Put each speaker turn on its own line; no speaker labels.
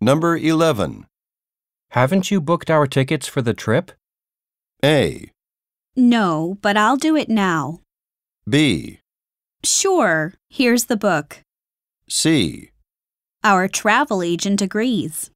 Number 11.
Haven't you booked our tickets for the trip?
A.
No, but I'll do it now.
B.
Sure, here's the book.
C.
Our travel agent agrees.